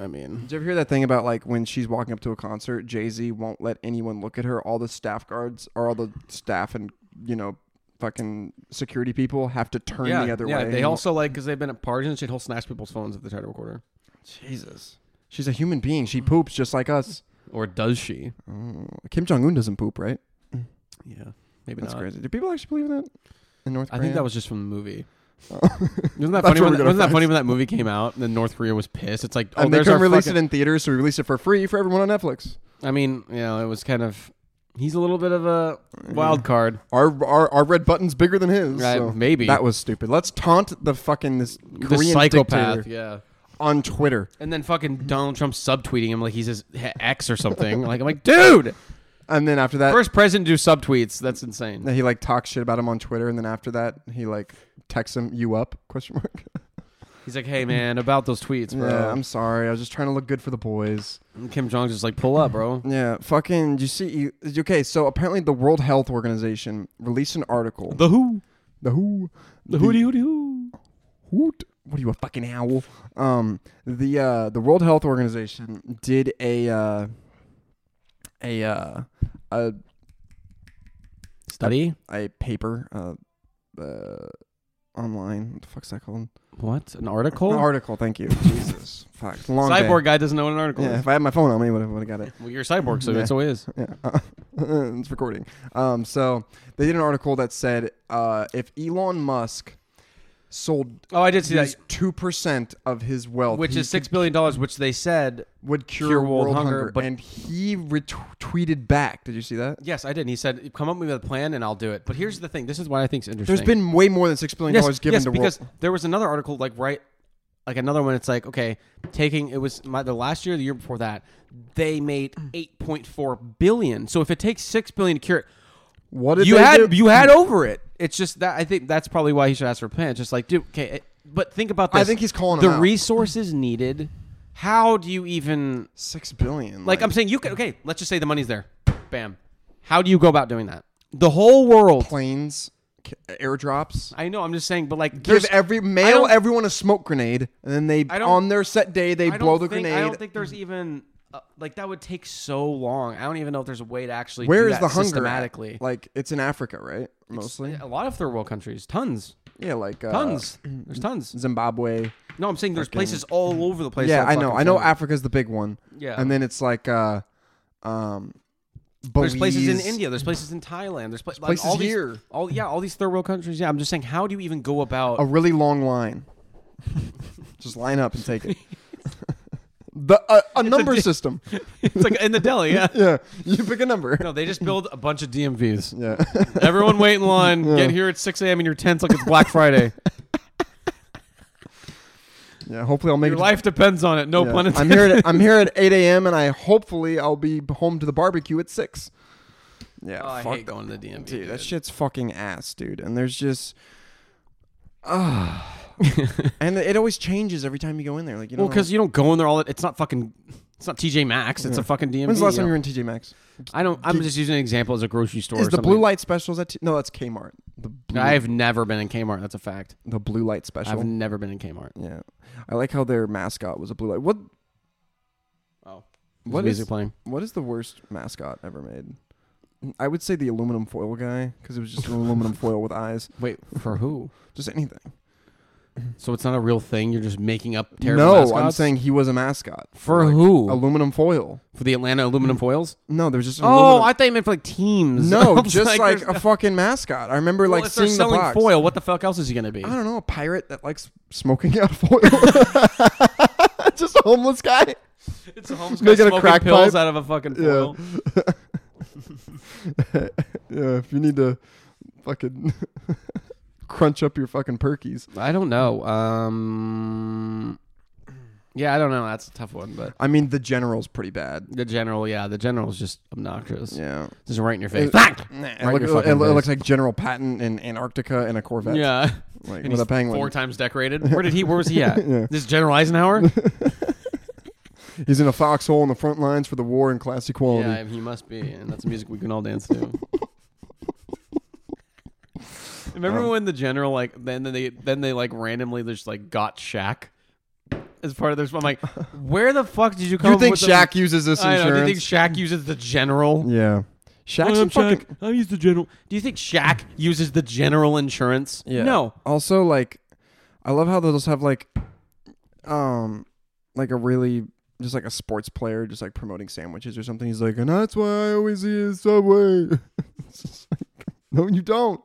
I mean,
did you ever hear that thing about like when she's walking up to a concert, Jay Z won't let anyone look at her. All the staff guards or all the staff and you know fucking security people have to turn
yeah,
the other
yeah.
way.
They
and-
also like because they've been at parties and shit. He'll snatch people's phones if they try to record her.
Jesus. She's a human being. She poops just like us.
Or does she?
Kim Jong Un doesn't poop, right?
Yeah, maybe
That's
not.
crazy. Do people actually believe that in North
I
Korea?
think that was just from the movie. Isn't that
Oh.
funny? When,
That's where we go to
wasn't that
facts.
funny when that movie came out? And then North Korea was pissed. It's like, oh,
and they
there's
couldn't
our
release
fucking-
it in theaters, so we released it for free for everyone on Netflix.
I mean, you know, it was kind of. He's a little bit of a wild card.
Our our, our red button's bigger than his.
Right,
so
maybe.
that was stupid. Let's taunt the fucking this Korean
The psychopath.
dictator
Yeah.
on Twitter.
And then fucking Donald Trump subtweeting him like he's his ex or something. like I'm like, dude,
And then after that,
first president to do subtweets. That's insane.
he like talks shit about him on Twitter, and then after that, he like texts him, "You up?" Question mark.
He's like, hey man, about those tweets, bro.
Yeah, I'm sorry. I was just trying to look good for the boys.
And Kim Jong's just like, pull up, bro.
Yeah, fucking. You see, you, okay. So apparently, the World Health Organization released an article.
The who,
the who,
the hooty hooty hoo.
Hoot. What are you a fucking owl? Um, the uh, the World Health Organization did a uh, a uh, a
Study
a paper uh, uh, online. What the fuck's that called?
what? An article?
An article. Thank you. Jesus, fuck. It's a Long day.
Cyborg guy doesn't know what an article
Yeah,
is.
if I had my phone on me, would have would have got it.
Well, you're a cyborg, so
Yeah.
that's what it is.
Yeah, it's recording. Um, so they did an article that said uh, if Elon Musk sold
Oh, I did see that.
his two percent of his wealth,
Which
he
is six billion dollars, which they said.
would cure,
cure
world, hunger. But and he retweeted back. Did you see that?
Yes, I did. And he said, "Come up with a plan, and I'll do it." But here's the thing: this is what I think is interesting.
There's been way more than six billion
yes,
dollars given
yes,
to
because
world.
there was another article like right like another one it's like okay taking it was my, the last year the year before that they made
Mm.
8.4 billion so if it takes 6 billion to cure it
What did
you
they Mm.
had
do?
you had over it it's just that i think that's probably why he should ask for a plan It's just like dude okay it, but think about
I
this
think he's calling
the
them out.
resources needed how do you even
six billion.
like I'm saying you can okay let's just say the money's there bam how do you go about doing that the whole world
planes, ca- airdrops.
I know I'm just saying but like
Give
there's-
every
I
mail
don't-
everyone a smoke grenade, and then they
I don't-
on their set day they
I
blow the
don't think-
grenade.
I don't think there's even uh, like that would take so long. I don't even know if there's a way to actually
Where
do
is
that
the hunger? at?
systematically.
Like it's in Africa, right? Mostly.
a lot of third world countries, tons,
Yeah, like uh,
tons. there's tons.
Zimbabwe.
No, I'm saying there's places all over the place.
yeah,
that
I know.
fucking
I know
thing.
Africa's the big one.
Yeah.
And then it's like uh um
There's places in
Belize.
India. There's places in Thailand. There's pla- like,
places
all these,
here.
All yeah, all these third world countries. Yeah, I'm just saying, how do you even go about?
A really long line. Just line up and take it. the uh, a number
di-
system.
it's like in the deli. Yeah.
Yeah. You pick a number.
No, they just build a bunch of DMVs.
Yeah.
Everyone wait in line. Get here at 6 a.m. in your tents like it's Black Friday.
yeah, hopefully I'll make
Your
it.
life depends on it. No
yeah.
pun intended.
I'm here at I'm here at 8 a.m. and I hopefully I'll be home to the barbecue at 6. Yeah,
Oh, I
fuck
hate
that.
going to the DMV.
dude, that shit's fucking ass, dude. And there's just, ah, and it always changes every time you go in there. Like you know,
Well, because you don't go in there all. It's not fucking. It's not TJ Maxx. It's a fucking DMV.
when's the last time
you
you
know?
were in TJ Maxx?
I don't. I'm just using an example as a grocery store.
Is
or
the
something.
blue light specials at? T- no, that's Kmart. The blue,
I've never been in Kmart. That's a fact.
the blue light special.
I've never been in Kmart.
yeah, I like how their mascot was a blue light. What
Oh,
What
what music
is-
playing?
what is the worst mascot ever made? I would say the aluminum foil guy because it was just an aluminum foil with eyes.
Wait for who?
Just anything.
So it's not a real thing. You're just making up terrible.
no, I'm
mascots?
saying he was a mascot
for who?
aluminum foil.
for the Atlanta aluminum foils?
No, there's just an
Oh,
aluminum-
I thought you meant for like teams. I
No,
was
just like,
there's-
a fucking mascot. I remember
well,
like
if they're
seeing the
selling
box.
foil. What the fuck else is he gonna be?
I don't know, a pirate that likes smoking out foil. just a homeless guy.
It's a homeless
Making a crack
pills
pipe?
out of a fucking
Yeah.
foil.
yeah, if you need to fucking crunch up your fucking perkies.
I don't know. Um, yeah, I don't know. That's a tough one, but
I mean, the general's pretty bad.
the general, yeah, the general's just obnoxious.
Yeah.
Just right in your face.
It-
Fuck!
Nah, it,
Right in your
look- it- it
fucking face.
looks like General Patton in Antarctica in a Corvette.
yeah,
Like,
And
with
he's
a penguin.
four times decorated. Where did he? Where was he at? This General Eisenhower.
He's in a foxhole in the front lines for the war and class equality.
yeah, he must be, and that's music we can all dance to. Remember
Um,
when the general like then they then they like randomly just like got Shaq as part of their. I'm like, where the fuck did you come?
you
up
think
with the-
Shaq uses this
I
insurance?
know. Do you think Shaq uses the general?
yeah. Shaq's a fucking
I use the general. Do you think Shaq uses the general insurance?
Yeah.
No.
Also, like, I love how they'll just have like, um, like a really just like a sports player just like promoting sandwiches or something. He's like, and that's why I always eat Subway. it's just like, no, you don't.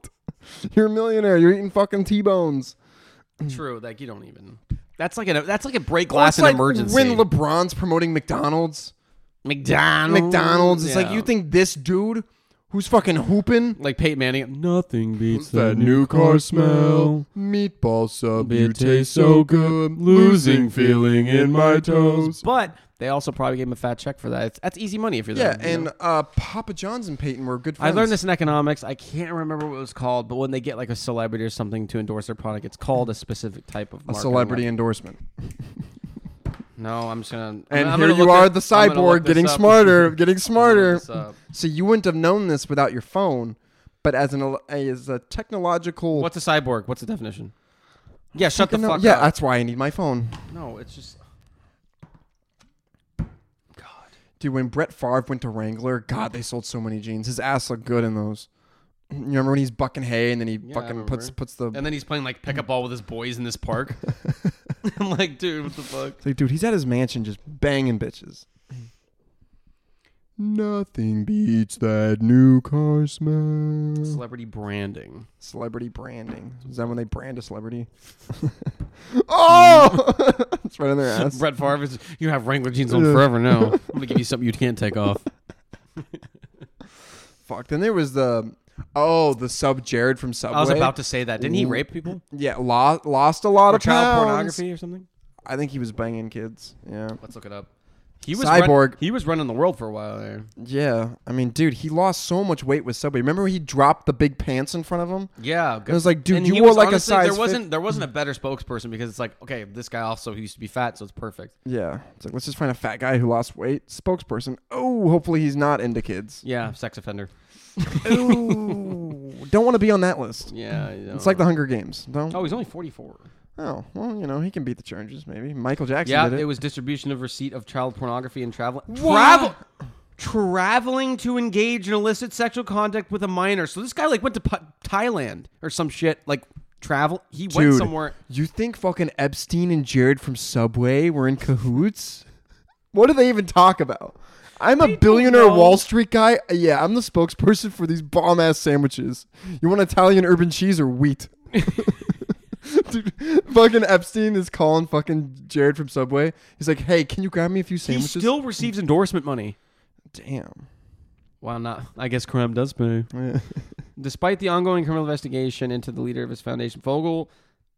You're a millionaire. You're eating fucking T bones.
True. Like you don't even. That's like an. That's like a break glass
It's like
in emergency.
When LeBron's promoting McDonald's,
McDonald's.
McDonald's, it's like
Yeah.
you think this dude who's fucking hooping
like Peyton Manning. Nothing beats
that new car smell.
meatball sub,
You taste so good, losing feeling in my toes.
But they also probably gave him a fat check for that. It's, that's easy money if you're
Yeah,
there. you
and
know?
uh, Papa John's and Peyton were good
I
friends.
learned this in economics. I can't remember what it was called, but when they get like a celebrity or something to endorse their product, it's called a specific type of
a
marketing
celebrity
weapon.
endorsement.
No, I'm just gonna.
And
I'm
here
gonna
you
look
are,
up-
the
I'm gonna look
cyborg,
this
getting
up.
smarter, getting smarter.
this up.
So you wouldn't have known this without your phone, but as an el- as a technological,
What's a cyborg? What's the definition? Yeah, shut the
No,
fuck
yeah,
up.
that's why I need my phone.
no, it's just.
Dude, when Brett Favre went to Wrangler, God, they sold so many jeans. His ass looked good in those. You remember when he's bucking hay and then he
I
fucking puts
remember.
puts the.
And then he's playing like pickup ball with his boys in this park. I'm like, dude, what the fuck?
It's like, dude, he's at his mansion just banging bitches.
Nothing beats that new car smell.
Celebrity branding.
Celebrity branding. Is that when they brand a celebrity? oh, it's right on their ass.
Brett Favre is. You have Wrangler jeans on forever now. I'm gonna give you something you can't take off.
Fuck. Then there was the oh the sub Jared from Subway.
I was about to say that. Didn't he
Ooh.
rape people?
Yeah, lost lost a lot
Or
of
child
pounds.
pornography or something?
I think he was banging kids. Yeah.
Let's look it up. He was
Cyborg.
run- he was running the world for a while there.
Yeah. I mean, dude, he lost so much weight with Subway. Remember when he dropped the big pants in front of him?
Yeah, good.
was like, dude,
And
you
he
wore
was
like a
honestly- There
size
wasn't there wasn't a better spokesperson because it's like, okay, this guy also he used to be fat, so it's perfect.
Yeah. It's like, let's just find a fat guy who lost weight. Spokesperson. Oh, hopefully he's not into kids.
Yeah, sex offender.
Ooh. Don't want to be on that list.
Yeah,
It's like the Hunger Games. Don't.
oh, he's only forty four.
Oh, well, you know, he can beat the Chargers, maybe. Michael Jackson
Yeah,
did
it.
it.
was distribution of receipt of child pornography and travel
What?
travel traveling to engage in illicit sexual contact with a minor. So this guy like went to Pu- Thailand or some shit like travel. He went
Dude,
somewhere.
you think fucking Epstein and Jared from Subway were in cahoots? What do they even talk about? I'm a billionaire
know.
Wall Street guy. Uh, Yeah, I'm the spokesperson for these bomb ass sandwiches. You want Italian urban cheese or wheat? Dude, fucking Epstein is calling fucking Jared from Subway. He's like, "Hey, can you grab me a few
He
sandwiches?"
still receives endorsement money.
Damn.
Well, not. I guess crime does pay. Despite the ongoing criminal investigation into the leader of his foundation, Fogel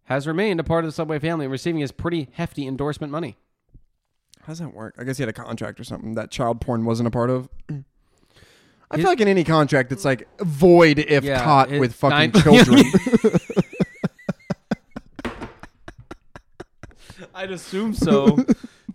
has remained a part of the Subway family, receiving his pretty hefty endorsement money.
How does that work? I guess he had a contract or something that child porn wasn't a part of. I feel like in any contract, it's like void if
Yeah,
caught
it-
with
nine-
fucking children.
I'd assume so,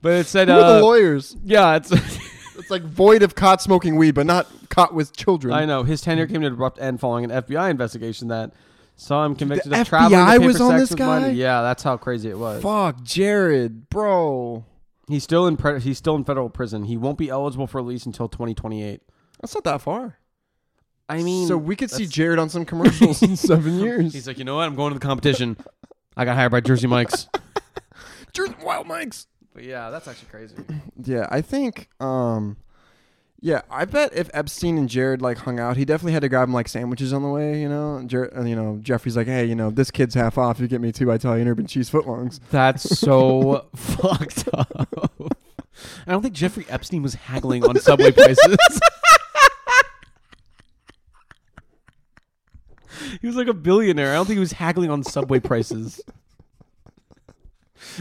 but it said,
Who are
uh,
the lawyers?
"Yeah, it's."
It's like void of caught smoking weed, but not caught with children.
I know his
Hmm.
tenure came to an abrupt end following an FBI investigation that saw him convicted
The
of traveling. to
FBI
pay
was
for
on
sex
this
with minor-
guy?
Yeah, that's how crazy it was.
Fuck, Jared, bro.
He's still in. Pre- he's still in federal prison. He won't be eligible for release until 2028.
That's not that far.
I mean,
so we could see Jared on some commercials in seven years.
he's like, you know what? I'm going to the competition. I got hired by Jersey Mike's.
Jared Wild Mikes.
But yeah, that's actually crazy.
Yeah, I think. Um, yeah, I bet if Epstein and Jared like hung out, he definitely had to grab him like sandwiches on the way. You know, and Jer- and, you know, Jeffrey's like, hey, you know, this kid's half off. You get me two Italian urban cheese footlongs.
That's so fucked up. I don't think Jeffrey Epstein was haggling on subway prices. he was like a billionaire. I don't think he was haggling on subway prices.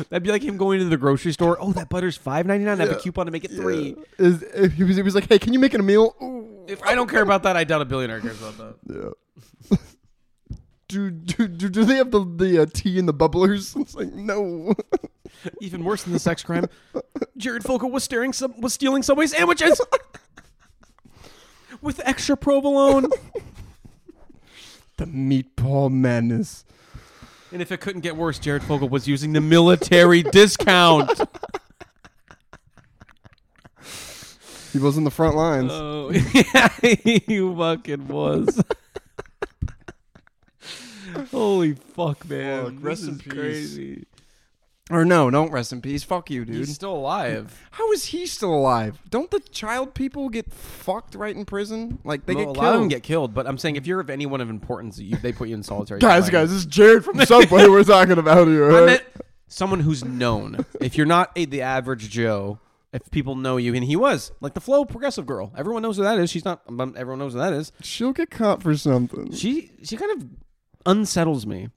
That'd be like him going to the grocery store. Oh, that butter's five ninety nine. I have a coupon to make it three.
Is if he was, he was like, hey, can you make it a meal? Ooh.
If I don't care about that, I doubt a billionaire cares about that.
Yeah. do, do, do, do they have the, the uh, tea and the bubblers? It's like, no.
Even worse than the sex crime, Jared Fogle was staring some was stealing Subway sandwiches with extra provolone.
the meatball madness.
And if it couldn't get worse, Jared Fogle was using the military discount.
He was in the front lines.
Uh.
Oh, yeah, he fucking was. Holy fuck, man!
Fuck, rest
this
in
is
peace.
crazy.
Or no, don't rest in peace. Fuck you, dude.
He's still alive.
How is he still alive? Don't the child people get fucked right in prison? Like they
Well,
get
a
killed.
lot of them get killed, but I'm saying if you're of anyone of importance, you, they put you in solitary.
guys,
confinement.
guys, this is Jared from Subway. We're talking about here.
I
right?
meant someone who's known. if you're not a, the average Joe, if people know you, and he was like the flow progressive girl. Everyone knows who that is. She's not. um, Everyone knows who that is.
She'll get caught for something.
She she kind of unsettles me.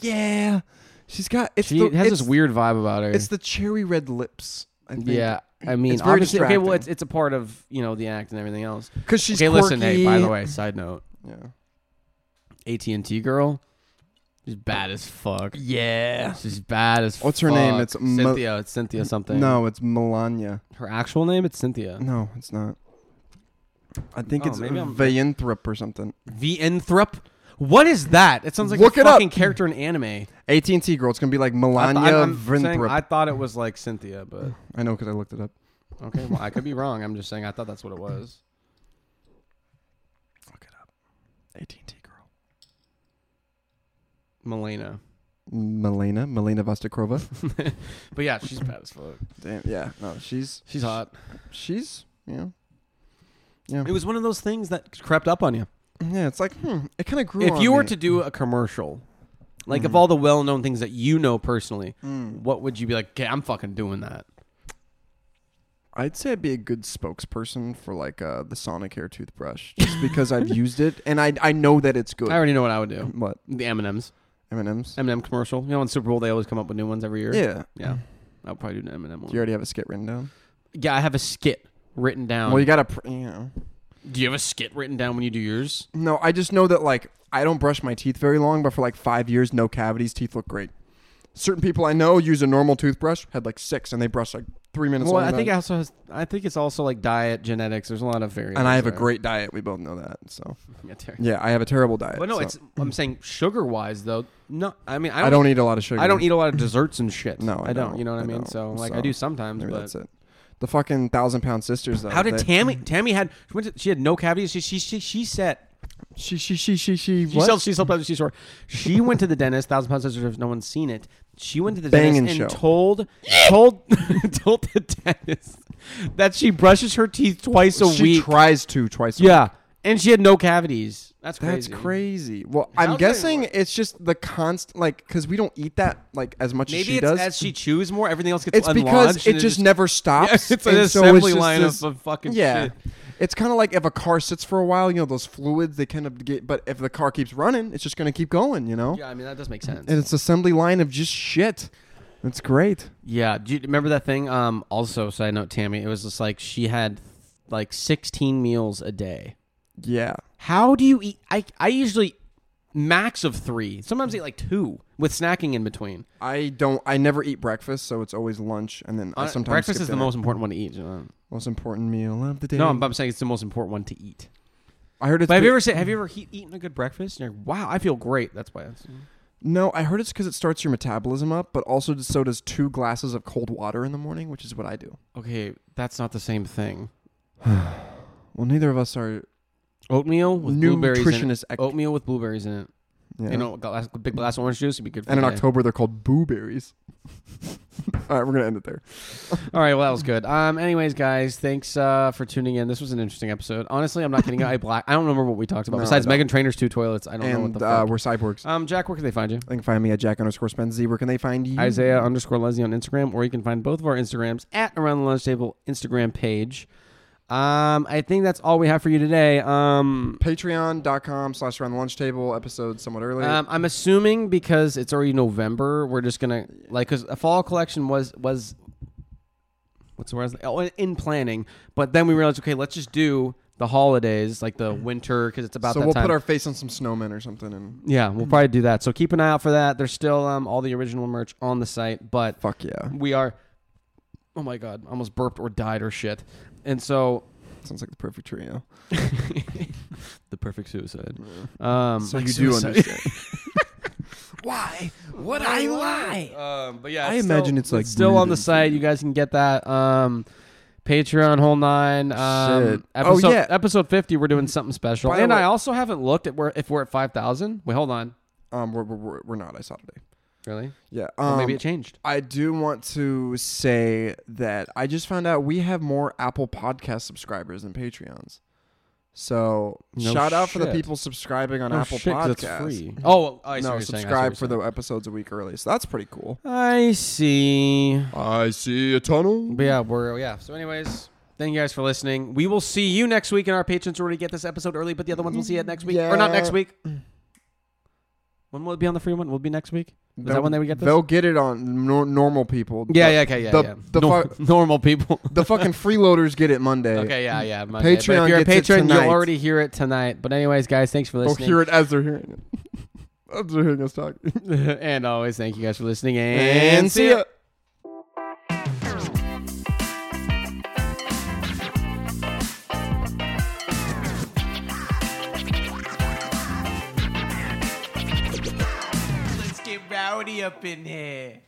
Yeah, she's got. It's
She
the,
has
it's,
this weird vibe about her.
It's the cherry red lips. I think.
yeah, I mean,
It's very
obviously, okay. Well,
distracting.
it's it's a part of you know the act and everything else.
because she's
okay, listen. Hey, by the
quirky.
way, side note,
Yeah.
AT and T girl, she's bad as fuck.
Yeah.
She's bad as.
What's her name?
fuck.
It's Mo-
Cynthia. it's Cynthia something.
No, it's Melania.
her actual name. It's Cynthia.
No, it's not. I think
Oh,
it's
maybe I'm-
Vienthrop or something.
V Enthrop. What is that? It sounds like
Look
a
it up.
fucking character in anime.
AT and T girl. It's gonna be like
I,
Melania
thought- I'm saying
Vinthrop.
I thought it was like Cynthia, but
I know because I looked it up.
okay, well, I could be wrong. I'm just saying I thought that's what it was.
Look it up. AT and T girl.
Melena.
Melena. Melena Vostokrova.
But yeah, she's bad as fuck.
Damn. Yeah. No, she's
She's hot.
she's you know.
It was one of those things that crept up on you.
Yeah, it's like hmm, it kind of grew.
If
on
you were
me.
to do a commercial, like of all the well known things that you know personally, what would you be like, okay, I'm fucking doing that?
I'd say I'd be a good spokesperson for like uh, the Sonicare toothbrush, just because I've used it and I I know that it's good.
I already know what I would do.
what
The M&M's.
M and M's?
M&M commercial. You know, on Super Bowl, they always come up with new ones every year.
Yeah.
Yeah. I'll probably do an M&M one.
Do you already have a skit written down?
Yeah, I have a skit written down.
Well, you got to pr- you know.
Do you have a skit written down when you do yours?
No, I just know that like I don't brush my teeth very long, but for like five years, no cavities, teeth look great. Certain people I know use a normal toothbrush, had like six, and they brush like three minutes.
well,
long
I think it
about it.
also has. I think it's also like diet, genetics. There's a lot of variables.
and I have a
there.
great diet. We both know that. So
Yeah, Terry.
yeah, I have a terrible diet.
But no,
so
it's. I'm saying sugar wise though. No, I mean I don't.
I don't eat a lot of sugar.
I don't eat a lot of desserts and shit.
No, I
I, don't.
don't.
You know what I,
I
mean?
don't.
So like
So,
I do sometimes.
Maybe
but
that's it. The fucking thousand pound sisters though.
how did
they-
Tammy? Tammy had she, went to, she had no cavities. She she she, she said
She she she she she
she
what?
sells she sells she's short. She went to the dentist. Thousand pound scissors. No one's seen it. She went to the
Bang
dentist
and
and,
show.
told told told the dentist that she brushes her teeth twice a
she
week.
tries to twice. A week.
Yeah, and she had no cavities. That's
That's
crazy.
crazy. Well, I'm
How's that
guessing
work?
it's just the constant, like, because we don't eat that like as much
Maybe
as she
it's
does.
as she chews more, everything else gets
it's because
unlodged
it
and
just, never
Yeah,
stops.
it's an
and so
assembly
just
line
this-
of, of fucking
yeah.
shit.
It's kind of like if a car sits for a while, you know, those fluids they kind of get. But if the car keeps running, it's just gonna keep going, you know.
Yeah, I mean that does make sense.
And it's assembly line of just shit. That's great.
yeah, do you remember that thing? Um, also, side note, Tammy, it was just like she had like 16 meals a day.
Yeah.
How do you eat? I I usually max of three. Sometimes eat like two with snacking in between.
I don't. I never eat breakfast, so it's always lunch, and then I
Uh,
sometimes
breakfast
skip
is the
dinner.
most important one to eat. you know?
most important meal of the day.
No, I'm, I'm saying it's the most important one to eat.
I heard it's.
But have
be-
you ever said, have you ever he- eaten a good breakfast? And you're like, wow, I feel great. That's why. It's,
No, I heard it's because it starts your metabolism up, but also just so does two glasses of cold water in the morning, which is what I do.
okay, that's not the same thing.
Well, neither of us are.
Oatmeal with blueberries in it.
Nutritionist ec-
Oatmeal with blueberries in it.
Yeah.
You know, a glass, a big glass of orange juice would be good. For
and in
the day.
October they're called booberries. All right, we're gonna end it there.
All right, well that was good. Um, anyways, guys, thanks uh, for tuning in. This was an interesting episode. Honestly, I'm not kidding. I black. I don't remember what we talked about.
No,
Besides
I don't.
Megan Trainer's two toilets, I don't know what
And
the
uh,
fuck.
we're cyborgs.
Um, Jack, where can they find you?
They can find me at Jack underscore Spenzy. Where can they find you?
Isaiah underscore Leslie on Instagram, or you can find both of our Instagrams at Around the Lunch Table Instagram page. Um, I think that's all we have for you today. Um,
Patreon.com slash around the lunch table episode somewhat early.
um, I'm assuming because it's already November, we're just gonna like because a fall collection was was what's the word? I was- Oh, in planning, but then we realized okay, let's just do the holidays like the winter because it's about
so
that
we'll
time.
put our Mm-hmm. face on some snowmen or something and
yeah, we'll probably do that. So keep an eye out for that. There's still um, all the original merch on the site, but
fuck yeah.
we are. Oh my god, I almost burped or died or shit. And so
Sounds like the perfect trio.
the perfect suicide. Um,
So you do understand.
Why would I lie?
Um, but yeah,
I
it's
imagine
still-
it's like
still on the
breathing.
site. You guys can get that. Um, Patreon whole nine. Um,
Shit. Oh,
Episode,
yeah.
episode fifty. We're doing something special,
By the
and
way-
I also haven't looked at where if we're at five thousand. Wait, hold on.
Um, we're, we're, we're not. I saw today.
Really?
Yeah.
Or maybe
um,
it changed.
I do want to say that I just found out we have more Apple Podcast subscribers than Patreons. So
No
shout out for the
shit.
people subscribing on
Oh,
Apple
shit, 'cause
Podcasts.
it's free. Oh, I see what
no,
you're saying, I see what
subscribe
you're
for the
saying.
episodes a week early. So that's pretty cool.
I see.
I see a tunnel.
But yeah, we're yeah. So, anyways, thank you guys for listening. We will see you next week, and our patrons already get this episode early, but the other ones will see it next week, or not next
Yeah.
week. When will it be on the free one? Will it be next week? Is that when they would get this?
They'll get it on nor- normal people.
Yeah,
The-
yeah, okay, yeah,
the-
yeah.
the
Nor-
fu-
normal people.
The fucking freeloaders get it Monday.
okay, yeah, yeah. Monday. But
Patreon
If you're a
gets it
patron, you'll
tonight.
already hear it tonight. But anyways, guys, thanks for
They'll
listening.
Oh, hear it as they're hearing it. as they're hearing us talk.
and always, thank you guys for listening. And,
And see ya.
Let's get rowdy up in here.